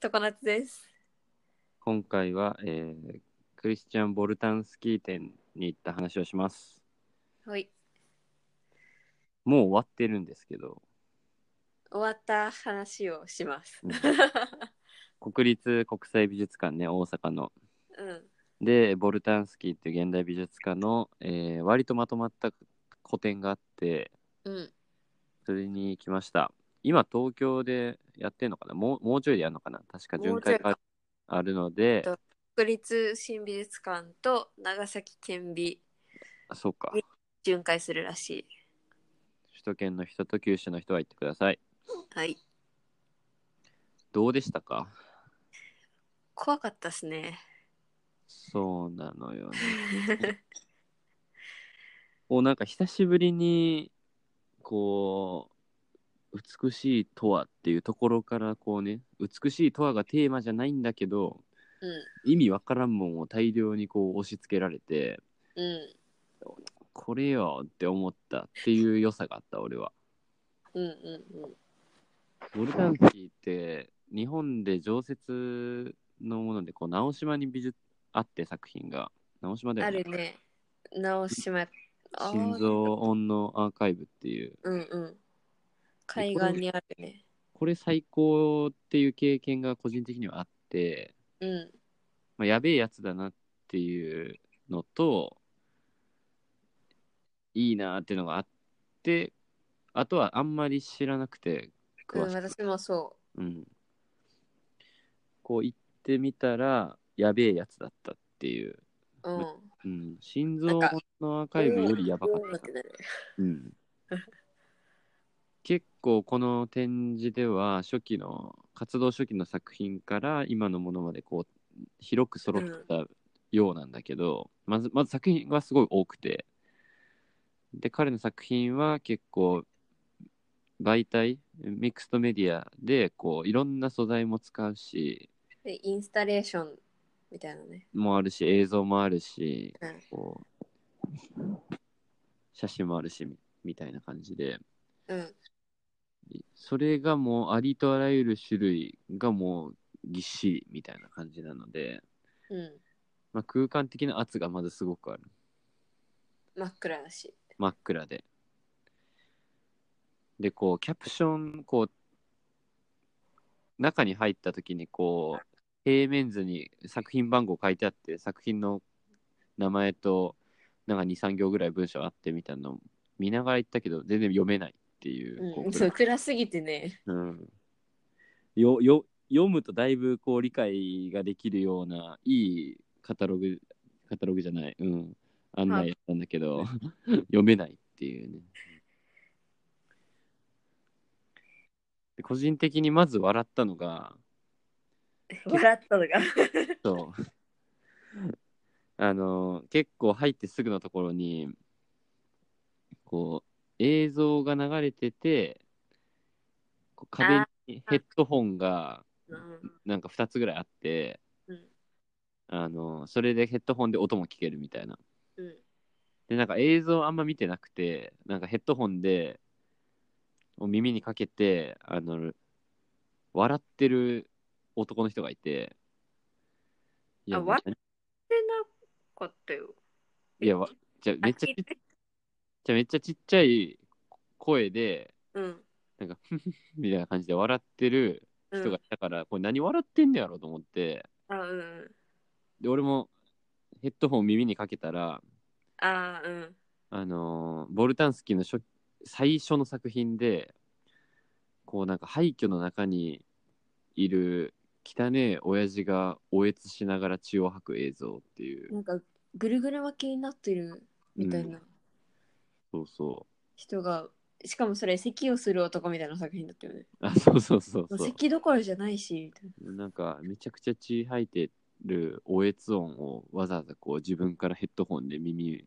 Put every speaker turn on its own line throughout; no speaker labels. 常夏です。
今回は、えークリスチャン・ボルタンスキー店に行った話をします。
はい。
もう終わってるんですけど、
終わった話をします。
国立国際美術館ね、大阪の。
うん。
で、ボルタンスキーっていう現代美術家の、えー割とまとまった個展があって、
うん。
それに来ました。今、東京でやってんのかなもうもうちょいでやるのかな確か巡回
もうちょい
があるので、
と国立新美術館と長崎県美
あそうか。
ね巡回するらしい。
首都圏の人と九州の人は行ってください。
はい。
どうでしたか
怖かったっす ね。
そうなのよね。こうなんか久しぶりにこう美しいとはっていうところからこうね美しいとはがテーマじゃないんだけど意味わからんもんを大量にこう押し付けられて
うん。う
これよって思ったっていう良さがあった俺は。
ん。うんうんうん。
ボルタンスキーって日本で常設のものでこう直島に美術あって作品が直島で
あるね。直島。あー
心臓音のアーカイブっていう
うんうん。海岸にあるね。
これ最高っていう経験が個人的にはあって、
うん。
まあ、やべえやつだなっていうのといいなっていうのがあってあとはあんまり知らなくて
う
詳
ん、
しく、
私もそ
うん、こう行ってみたらやべえやつだったっていう、
う。うん。
うん、心臓のアーカイブよりやばか
うん
った
てなる
うん、結構この展示では初期の活動初期の作品から今のものまでこう広く揃ったようなんだけど、まずまず作品はすごい多くてで彼の作品は結構媒体ミクストメディアでこういろんな素材も使うし
でインスタレーションみたいなね。
もあるし映像もあるし
うん
こう写真もあるしみみたいな感じで。
うん。
それがもうありとあらゆる種類がもうぎっしりみたいな感じなので、
う
まあ、空間的な圧がまずすごくある
ん。真っ暗だし。
真っ暗ででこうキャプションこう中に入った時にこう平面図に作品番号書いてあって作品の名前となんか23行ぐらい文章あってみたいなの見ながら行ったけど全然読めないっていう,、こ
うん、
う
そう暗すぎて ね。
うん、よよ読むとだいぶこう理解ができるようないいカタログカタログじゃない、うん、案内だったんだけど 読めないっていうねで個人的にまず笑ったのが
笑ったのが。
そうあの結構入ってすぐのところにこう映像が流れててこう壁にヘッドホンが
うん
なんか2つぐらいあって、
うん
あのそれでヘッドホンで音も聞けるみたいな
うん
でなんか映像あんま見てなくてなんかヘッドホンでを耳にかけてあの笑ってる男の人がいてい
あ笑してなかったよ。
いやわじゃめっちゃち
あ聞いて
じゃめっちゃちっちゃい声で
うん。
なんかみたいな感じで笑ってる
うん
人がいたから、これ何笑ってんねやろと思って
あ、うん。
で俺もヘッドホン耳にかけたら
あ、うん。
あのーボルタンスキーの初最初の作品でこうなんか廃墟の中にいる汚え親父がおえつしながら血を吐く映像っていう、
なんか、ぐるぐる巻きになってるみたい
うん
な
そうそ
人が、しかもそれ、咳をする男みたいな作品だったよね。
うあそうそうそう
もう
そ
咳どころじゃないし、みたいな。
うなんかめちゃくちゃ血吐いてるおえつ音をわざわざこう自分からヘッドホンで耳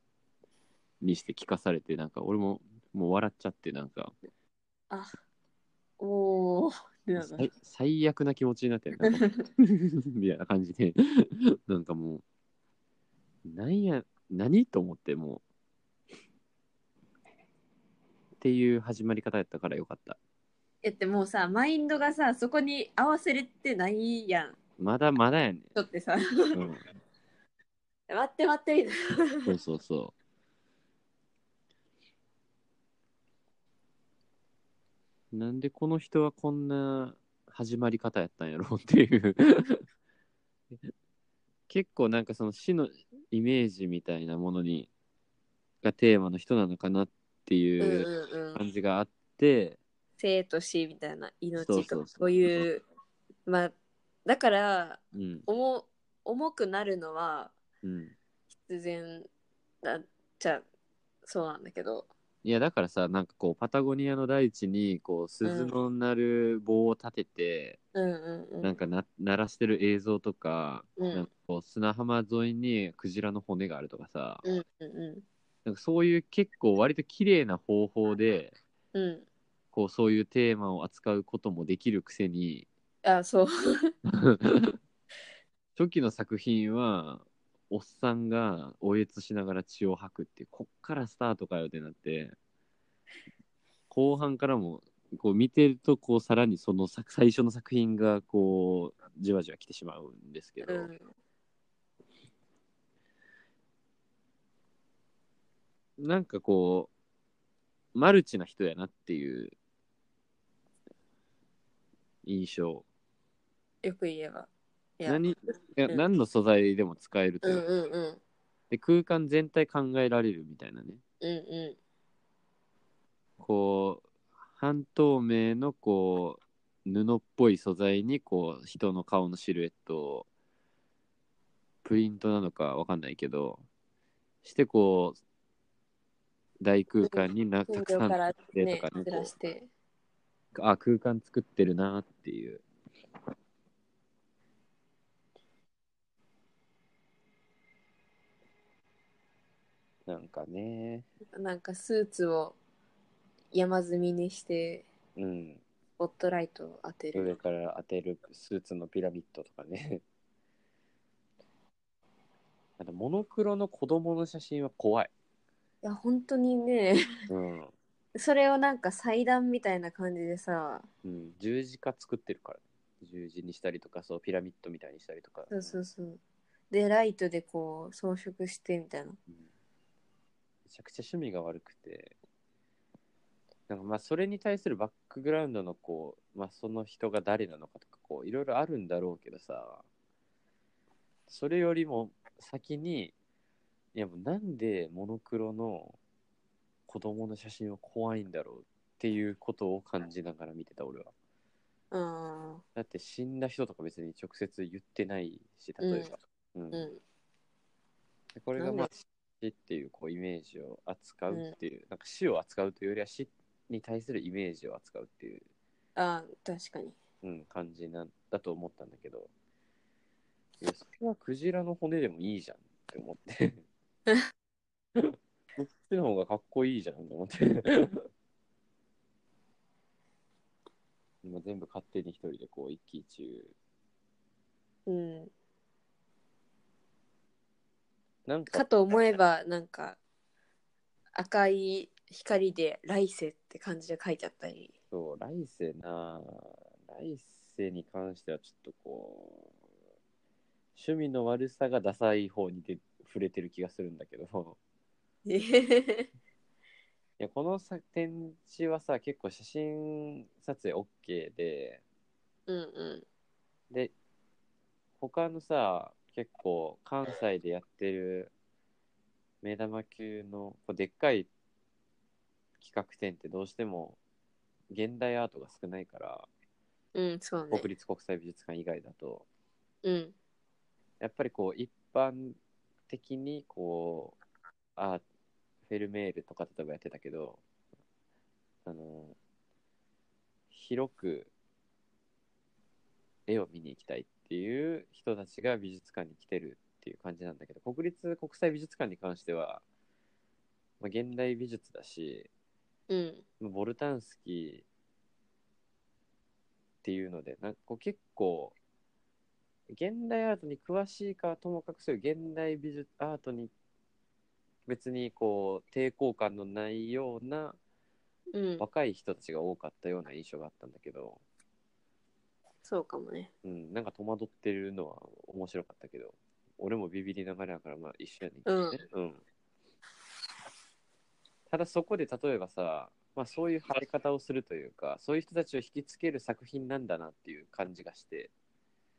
にして聞かされてなんか俺ももう笑っちゃってなんか
あ、おーってなった。
最最悪な気持ちになってる みたいな感じでなんかもうなんや何と思ってもうっていう始まり方やったからよかった
やってもうさマインドがさそこに合わせれてないやん
まだまだやねん、
ちょって さ
うん、
待って待ってみたい
そうそうそ なんでこの人はこんな始まり方やったんやろうっていう 結構なんかその死のイメージみたいなものにがテーマの人なのかなって
な、うん
いう
うんうん、
感じがあって、
生と死みたいな命と
そ
か
うそうそう
そういうまあだから
うん
重重くなるのは
うん、
必然だっちゃそうなんだけど
いやだからさなんかこうパタゴニアの大地にこう鈴の鳴る棒を立てて、
うんうんうん
なんかな鳴らしてる映像とか,、
うん
なんかこう砂浜沿いにクジラの骨があるとかさ、
うんうん
なんかそういう結構割と綺麗な方法で
うん
こうそういうテーマを扱うこともできるく せに
うんあそう
初期の作品はおっさんがおえつしながら血を吐くっていうこっからスタートかよってなって後半からもこう見てるとこうさらにその作最初の作品がこうじわじわ来てしまうんですけど、
うん
なんかこうマルチな人やなっていう印象
よく言えばいや
何いや
うん
何の素材でも使えると
う
い
ん
う
うんうん
で空間全体考えられるみたいなね
うんうん
こう半透明のこう布っぽい素材にこう人の顔のシルエットをプリントなのかわかんないけどしてこう大空間になた
天
くさ
井
ん
から
絵
ね
とかね
照らして
あ空間作ってるなっていうなんかね
なんかスーツを山積みにして
うん
スポットライトを当て
上
る
から当てるスーツのピラミッドとかね あとモノクロの子供の写真は怖い、
いや本当にね
うん
それをなんか祭壇みたいな感じでさ
うん、十字架作ってるから十字にしたりとかそうピラミッドみたいにしたりとか
そうそうそうでライトでこう装飾してみたいな
うんめちゃくちゃ趣味が悪くてなんかまあそれに対するバックグラウンドのこう、まあ、その人が誰なのかとかこういろいろあるんだろうけどさそれよりも先にいやもうなんでモノクロの子供の写真は怖いんだろうっていうことを感じながら見てた俺は
うん
だって死んだ人とか別に直接言ってないし例えば、うん
うん
でこれが
なんで
まあ死っていうこうイメージを扱うっていう、なんか死を扱うというよりは死に対するイメージを扱うっていう、
あ確かに
うん、感じなんだと思ったんだけどいやそれはクジラの骨でもいいじゃんって思って そっちの方がかっこいいじゃんと思って 今全部勝手に一人でこう一喜一憂
うん
なんか
かと思えばなんか赤い光で来世って感じで書いてあったり
そう、来世な、来世に関してはちょっとこう、趣味の悪さがダサい方にで触れてる気がするんだけど、 いやこのさ展示はさ、結構写真撮影 OK で、
うんうん
で、他のさ、結構関西でやってる目玉級のこうでっかい企画展ってどうしても現代アートが少ないから、
うんそうね
国立国際美術館以外だと、
うん
やっぱりこう一般的にこうあフェルメールとか例えばやってたけどあの広く絵を見に行きたいっていう人たちが美術館に来てるっていう感じなんだけど国立国際美術館に関しては、まあ、現代美術だし
うん
ボルタンスキーっていうのでなんかこう結構現代アートに詳しいかはともかくそういう現代美術アートに別にこう抵抗感のないような
うん、
若い人たちが多かったような印象があったんだけど、
そうかもね。
うん、なんか戸惑ってるのは面白かったけど俺もビビりながらやからまあ一緒やねんけどね、うんただそこで例えばさ、まあ、そういう貼り方をするというかそういう人たちを引きつける作品なんだなっていう感じがして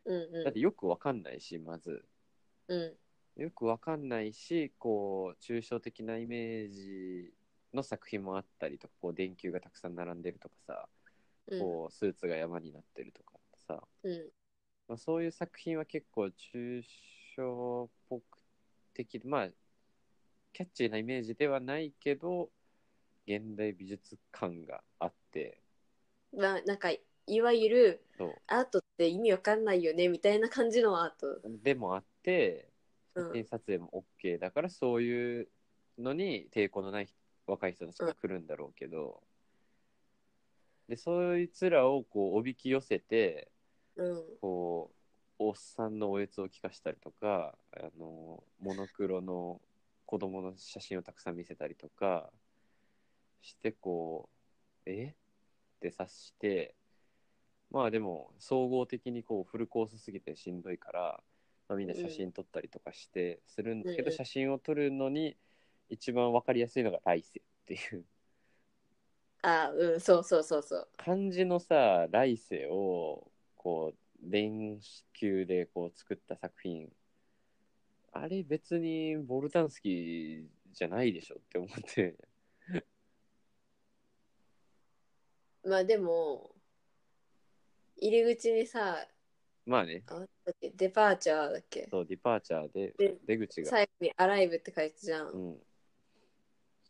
うん
だってよくわかんないしまず
うんう
よくわかんないしこう抽象的なイメージの作品もあったりとかこう電球がたくさん並んでるとかさ
んうん
こうスーツが山になってるとかさ、
うん
まあ、そういう作品は結構抽象っぽく的でまあキャッチーなイメージではないけど現代美術感があって
まあなんかいわゆる
そう
アートって意味わかんないよねみたいな感じのアート。
でもあって
うん
写真撮影も OK だからそういうのに抵抗のない若い人たちが来るんだろうけど、でそいつらをこうおびき寄せて
うん
こうおっさんのおえつを聞かしたりとかあのモノクロの子供の写真をたくさん見せたりとかしてこうえって察してまあでも総合的にこうフルコースすぎてしんどいから、まあ、みんな写真撮ったりとかしてするんだけど、
うん
写真を撮るのに一番分かりやすいのが来世っていう
あうんそうそうそうそう。
漢字のさ来世をこう電球でこう作った作品あれ別にボルタンスキーじゃないでしょって思って
まあでも入り口にさ
まあね
あなんだっけデパーチャーだっけ
そうディパーチャーで
で
出口が、
最後に「アライブ」って書いてたじゃん、
うん、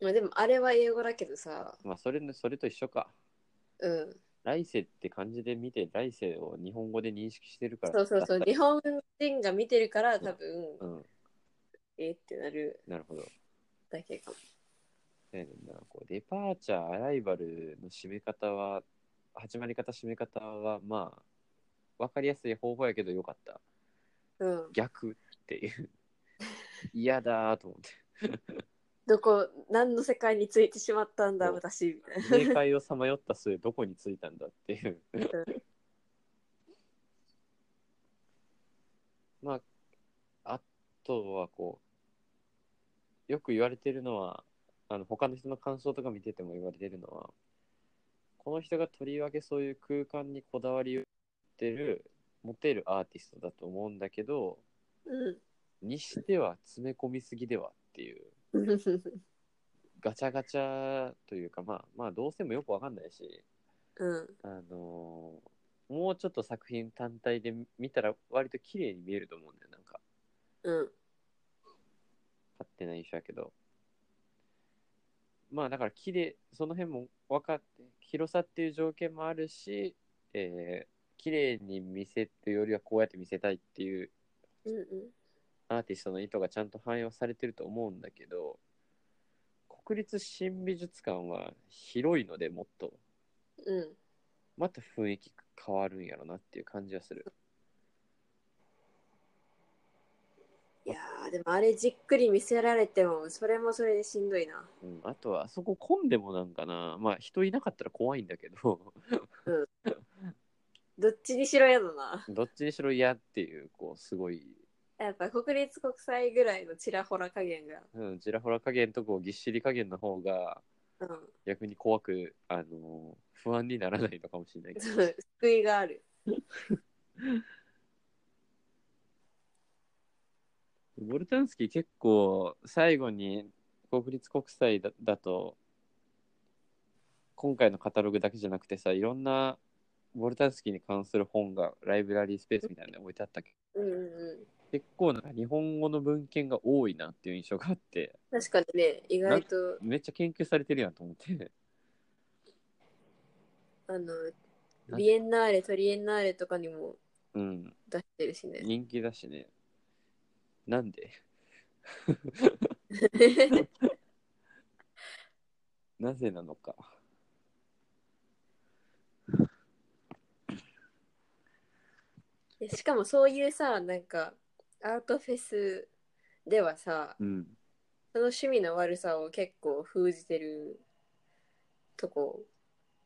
まあ、でもあれは英語だけどさ
まあそれのそれと一緒か
うん
来世って漢字で見て来世を日本語で認識してるから
そうそうそう日本人が見てるから多分、
うん
えってなる
なるほどそう
だけかも
やねんなこうデパーチャーアライバルの締め方は始まり方締め方はまあ分かりやすい方法やけどよかった
うん
逆っていう嫌だーと思っ
どこ何の世界についてしまったんだ
そう
私みたいな
て正解をさまよった末どこに着いたんだっていうまああとはこうよく言われてるのはあの他の人の感想とか見てても言われてるのはこの人がとりわけそういう空間にこだわりを持ってる持てるアーティストだと思うんだけど
うん
にしては詰め込みすぎではっていう
う
ガチャガチャというかまあまあどうせもよくわかんないし
ん
あのーもうちょっと作品単体で見たら割と綺麗に見えると思うんだよなんか
うん
勝手な印象やけどまあだから綺麗その辺も分かって広さっていう条件もあるし、えー、綺麗に見せるよりはこうやって見せたいっていう
うん
アーティストの意図がちゃんと反映はされてると思うんだけど国立新美術館は広いのでもっと
うん
また雰囲気変わるんやろなっていう感じはする
いやーでもあれじっくり見せられてもそれもそれでしんどいな
うん、あとはあそこ混んでもなんかなまあ人いなかったら怖いんだけど
どっちにしろやだな
どっちにしろ嫌っていうこうすごい、
やっぱ国立国際ぐらいのちらほら加減が
うん、ちらほら加減とこうぎっしり加減の方が
うん
逆に怖くあの不安にならないのかもしれないけど
そう救いがある
ボルタンスキー結構最後に国立国際だだと今回のカタログだけじゃなくてさいろんなボルタンスキーに関する本がライブラリースペースみたいなのに置いてあったけど
うんうんうん
結構なんか日本語の文献が多いなっていう印象があって
確かにね意外と
めっちゃ研究されてるやんと思って
あの
なん
ビエンナーレトリエンナーレとかにも
うん
出してるしね
人気だしねなんでなぜなのか
でしかもそう いうさなんかアートフェスではさ
うん
その趣味の悪さを結構封じてるそこ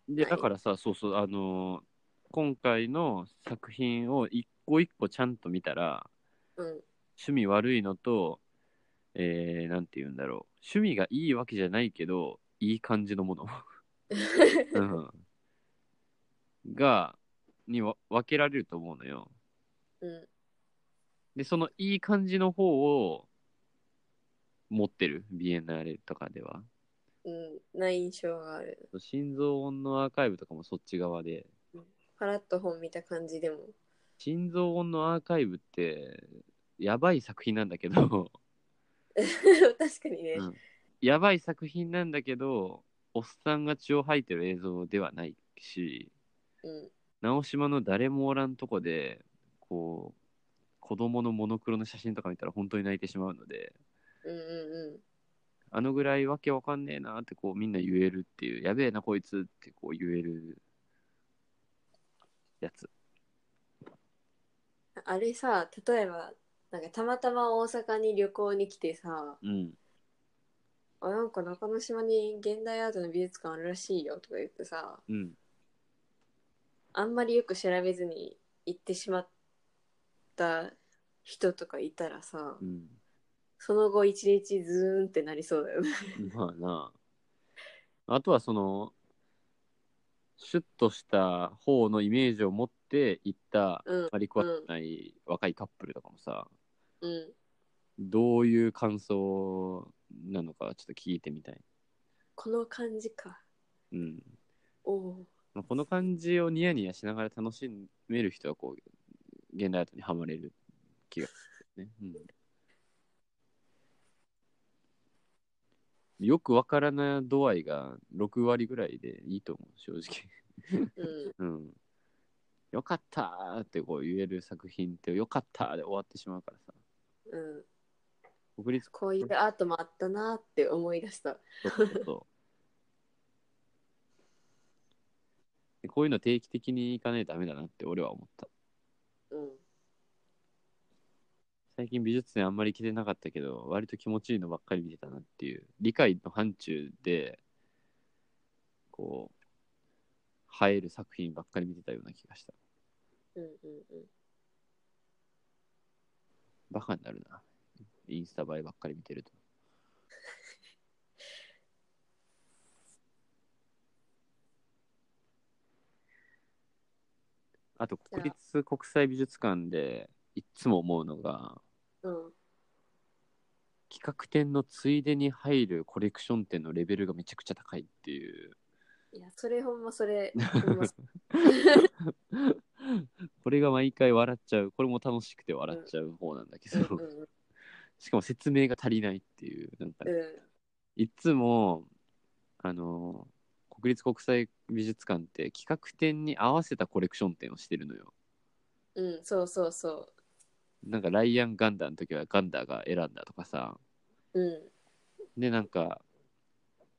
で
はい
だからさ、そうそうあのー今回の作品を一個一個ちゃんと見たら
うん
趣味悪いのとえー、なんて言うんだろう趣味がいいわけじゃないけどいい感じのも の、うん、がにわ分けられると思うのよ
うん
でそのいい感じの方を持ってるビエンナーレとかでは
うんな印象がある
心臓音のアーカイブとかもそっち側で
パラッと本見た感じでも
心臓音のアーカイブってやばい作品なんだけど
確かにね、
うんやばい作品なんだけどおっさんが血を吐いてる映像ではないし
うん、
直島の誰もおらんとこでこう子供のモノクロの写真とか見たら本当に泣いてしまうので
うんうんうん
あのぐらいわけわかんねえなってこうみんな言えるっていうやべえなこいつってこう言えるやつ
あれさ例えばなんかたまたま大阪に旅行に来てさ
うん
「あなんか中之島に現代アートの美術館あるらしいよ」とか言ってさ
うん
あんまりよく調べずに行ってしまった人とかいたらさ、
うん
その後一日ズーンってなりそうだよね。
まあなあとはそのシュッとした方のイメージを持って行った
うん
あまり怖くない若いカップルとかもさ、
うん
どういう感想なのかちょっと聞いてみたい。
この感じか。
うん、
おお。
まあこの感じをニヤニヤしながら楽しめる人はこう現代アートにはまれる気がするね。うん、よくわからない度合いが6割ぐらいでいいと思う正直。
うん。
うん、よかったーってこう言える作品ってよかったーで終わってしまうからさ
うん。
国立
こういうアートもあったなって思い出した。
そうそうそうでこういうの定期的に行かないとダメだなって俺は思った
うん。
最近美術展あんまり来てなかったけど割と気持ちいいのばっかり見てたなっていう理解の範疇でこう映える作品ばっかり見てたような気がした
うんうんうん。
バカになるなインスタ映えばっかり見てるとあと国立国際美術館でいっつも思うのが
うん、
企画展のついでに入るコレクション展のレベルがめちゃくちゃ高いっていう
いやそれほんまそれほん まそ
これが毎回笑っちゃうこれも楽しくて笑っちゃう方なんだけ
う
ど、
うんうん
しかも説明が足りないっていうなんか、
うん
いつも、あのー国立国際美術館って企画展に合わせたコレクション展をしてるのよ。
うんそうそうそ
なんかライアン・ガンダーの時はガンダーが選んだとかさ。
ううん
で、なんか、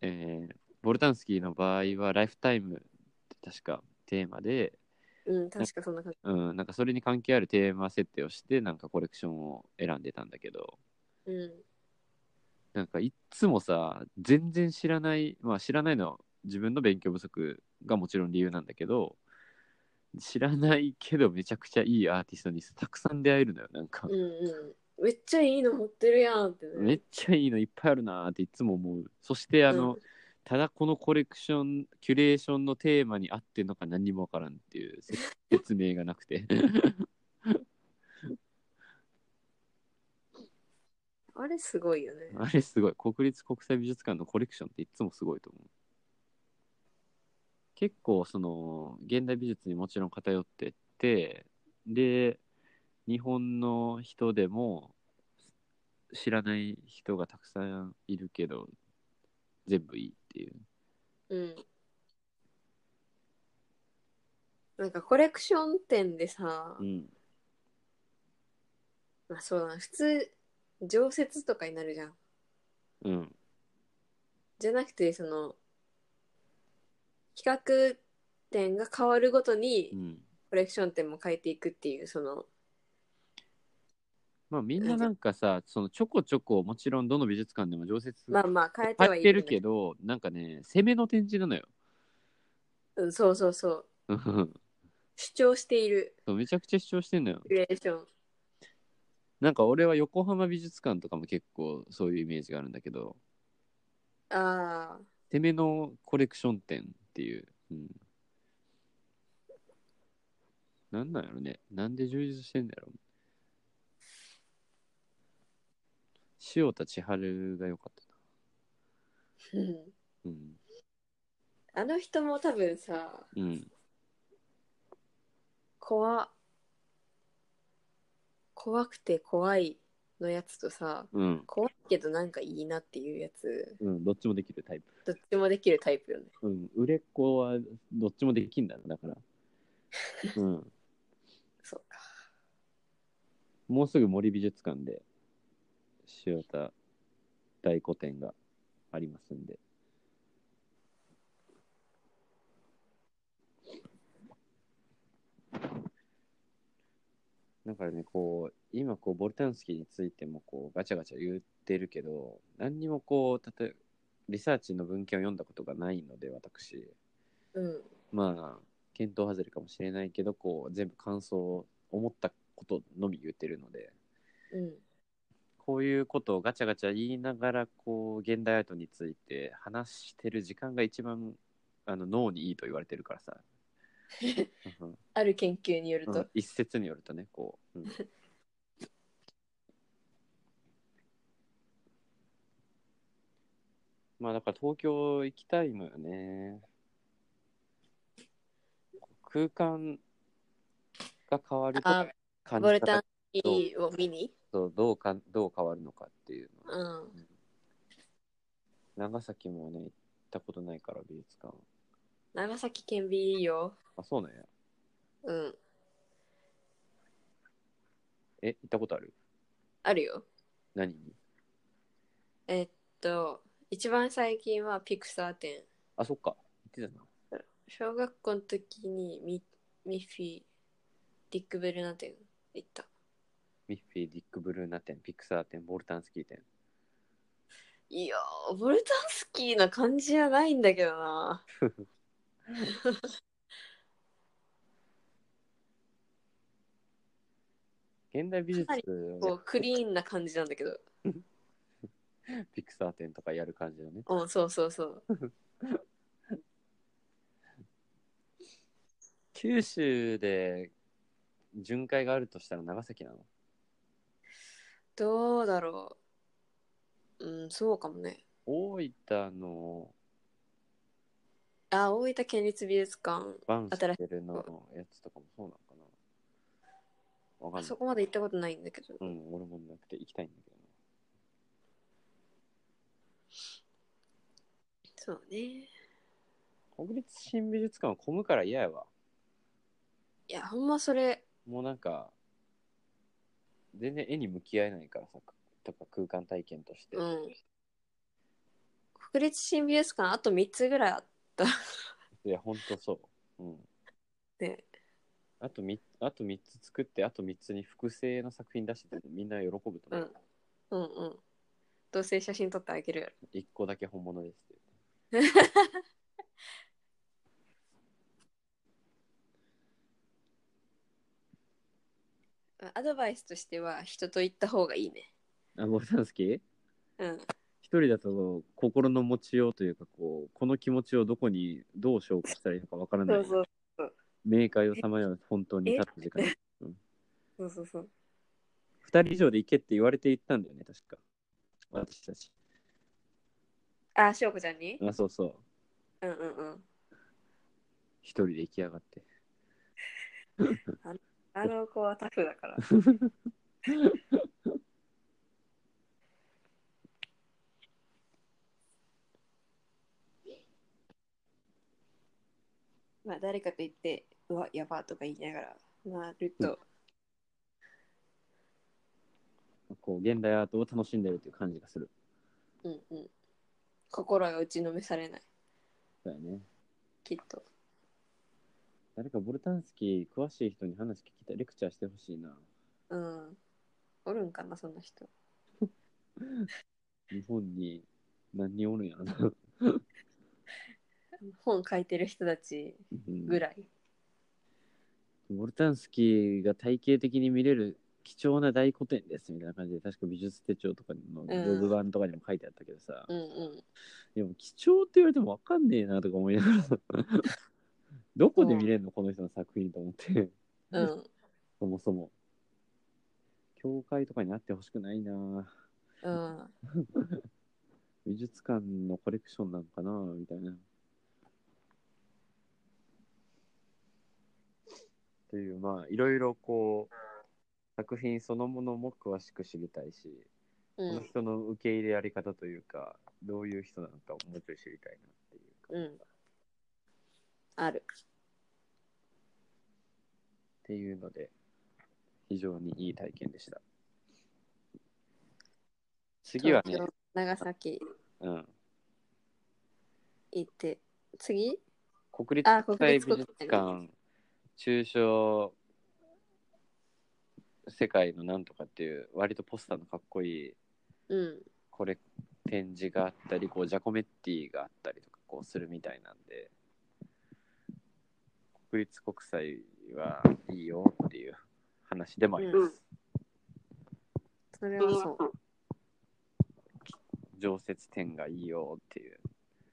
えーボルタンスキーの場合はライフタイムって確かテーマで、
うん確かそんな感じ
うん、なんかそれに関係あるテーマ設定をして、なんかコレクションを選んでたんだけど、
うん
なんかいっつもさ、全然知らない、まあ知らないのは自分の勉強不足がもちろん理由なんだけど、知らないけどめちゃくちゃいいアーティストにたくさん出会えるのよ、なんか
う。んうんめっちゃいいの持ってるやんって
めっちゃいいのいっぱいあるなーっていつも思う。そしてあの、
うん
ただこのコレクション、キュレーションのテーマに合ってんのか何にもわからんっていうせ 説明がなくて。
あれすごいよね
あれすごい。国立国際美術館のコレクションっていつもすごいと思う。結構その現代美術にもちろん偏ってってで日本の人でも知らない人がたくさんいるけど全部いいっていう。
うんなんかコレクション店でさ、
ん、
まあそうだな普通常設とかになるじゃん
うん、
じゃなくてその企画展が変わるごと
う
に
ん。
コレクション店も変えていくっていうその
まあみんななんかさそのちょこちょこもちろんどの美術館でも常設
まあまあ変えて
変
は
え
い
て
る
るけどなんかね攻めの展示なのよ。
うん、そうそうそう。主張している
そうめちゃくちゃ主張してんのよ
シチュエーション。
なんか俺は横浜美術館とかも結構そういうイメージがあるんだけど
ああ、
てめのコレクション展っていう、うん、なんなんやろねなんで充実してんだろ塩田千春が良かった
うん
なうん
あの人も多分さ、
うん
怖、怖くて怖いのやつとさ、
うん
怖いけどなんかいいなっていうやつ、
うん、どっちもできるタイプ。
どっちもできるタイプよね。
うん、売れっ子はどっちもできんだな、だから。うん。
そうか。
もうすぐ森美術館で、塩田大古展がありますんで。だからね、こう、今、こう、ボルタンスキーについても、こう、ガチャガチャ言ってるけど、何にもこう、例えリサーチの文献を読んだことがないので、私。
うん。
まあ、検討外れかもしれないけど、こう、全部感想を思ったことのみ言ってるので、
うん。
こういうことをガチャガチャ言いながら、こう、現代アートについて話してる時間が一番、あの、脳にいいと言われて るからさ。うん
ある研究による
う
と
ん。一説によるとね、こ う。うんまあだから東京行きたいのよね。空間が変わると
あ
感じ方
ボルタンスキーを見に
とどうかどう変わるのかっていうの。
うん。
長崎もね行ったことないから美術館。
長崎県 B いいよ。
あそうなんや。
うん。
え行ったことある？
あるよ。
何に？
えっと、一番最近はピクサー展。
あそっか行ってたな。
小学校の時にミミッフィー、ディック・ベルナ展行った。
ミッフィー、ディック・ブルーナ展、ピクサー展、ボルタンスキー展。
いやー、ボルタンスキーな感じじゃないんだけどな。
現代美術
かなりこ
を
う、クリーンな感じなんだけど。
ピクサー展とかやる感じだね。
うん、そうそうそう。
九州で巡回があるとしたら長崎なの
どうだろう。うん、そうかもね。
大分の
あ、大分県立美術館。
バンステルのやつとかもそうなのかなわかんな
そ
い。
こまで行ったことないんだけど。
うん、俺もなくて行きたいんだけどね。
そうね。い
国立新美術館は混むから嫌やわ。
や、ほんまそれ、
もうなんか、全然絵に向き合えないからさ、とか空間体験として。
うん。国立新美術館、あと3つぐらいあっ
いや、ほんとそう。うん。
て。
あとみあと3つ作って、あと3つに複製の作品出しててもみんな喜ぶと
う
思
ん
う。。
うんうん。どうせ写真撮ってあげるやろ。
1個だけ本物ですって。
アドバイスとしては、人と行った方がいいね。
あ、ボルタンスキー
うん。
一人だと心の持ちようというかこうこの気持ちをどこにどう消化したらいいのかわからない
そうそう。
明快をさまよう本当に立った時間
そうそうそう。
二人以上で行けって言われて行ったんだよね確か私たち
あ、しょうこちゃんに
あそうそう
うんうんうん。
一人で行きやがって
あの子はタフだから。 まあ誰かと言って、うわ、やばとか言いながら、なると、
こう現代アートを楽しんでるという感じがする
うんうん。心が打ちのめされない、
だよね
きっと。
誰かボルタンスキー詳しい人に話聞きたいレクチャーしてほしいな
うん。おるんかな、そんな人。
日本に何人おるんやろな
本書いてる人たち
うん
ぐらい。
ウォルタンスキーが体系的に見れる貴重な大古典ですみたいな感じで確か美術手帳とかのログ版とかにも書いてあったけどさ、
うんうん。
でも貴重って言われても分かんねえなとか思いながらさ どこで見れるのこの人の作品と思って
うん。
そもそも教会とかにあってほしくないな
うん。
美術館のコレクションなのかなみたいな。というまあいろいろこう作品そのものも詳しく知りたいし、
う
この
ん。
人の受け入れやり方というかどういう人なのかをもうちょい知りたいなっていうか、
う
っ
ん。ある。
ていうので非常にいい体験でした次はね
東京、長崎
うん、
行って、次
国立
あ国
国際
立
美
国
術
際ね
館中小世界のなんとかっていう割とポスターのかっこいい
うん。
これ展示があったりこうジャコメッティがあったりとかこうするみたいなんで国立国際はいいよっていう話でもあります、
それはそう。
常設展がいいよっていう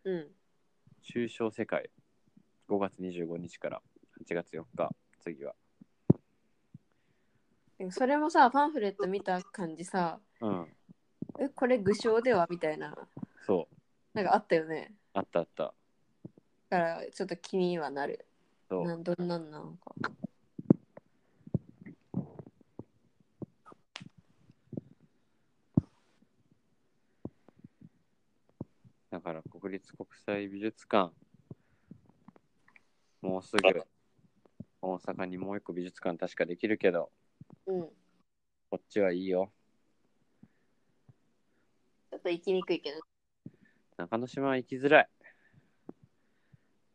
うん。
中小世界5月25日から8月4日次は
でもそれもさ、パンフレット見た感じさ、
うん
え、これ具象ではみたいな、
そう
なんかあったよね。
あったあった
だから、ちょっと気にはなる。
そう
なんどんなんなのか。
だから国立国際美術館もうすぐ大阪にもう一個美術館確かできるけど
うん。ち
こっちはいいよ
ょっと行きにくいけど。
中之島は行きづらい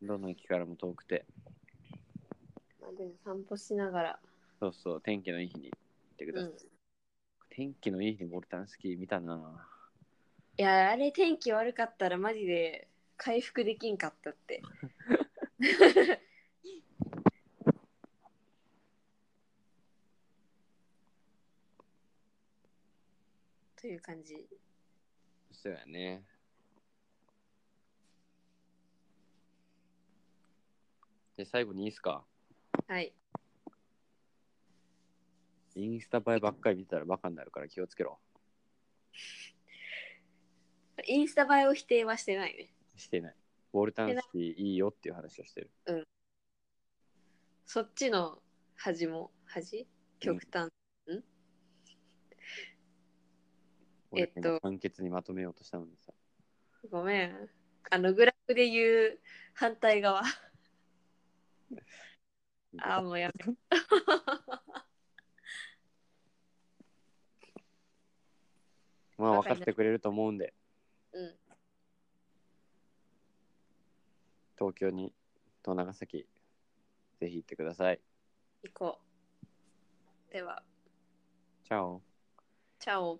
どの駅からも遠くて
まあ、でも散歩しながら。
そうそう天気のいい日に行ってくだ
う
さい、
ん。
天気のいい日にボルタンスキー見たない
やあれ天気悪かったらマジで回復できんかったって という感じ
そうやねで最後にいいっすか
はい
インスタ映えばっかり見てたらバカになるから気をつけろ
インスタ映えを否定はしてないね
してない。ウォルタンスキーいいよっていう話をしてる。
そっちの端も端極端、
俺
えっと
簡潔にまとめようとしたのにさ。
ごめんあのグラフで言う反対側あーもうやめ
まあ
わ
分
か
か
りました
ってくれると思うんで、
うん
東京に、と長崎、ぜひ行ってください。
行こうでは
チャオ。
チャオ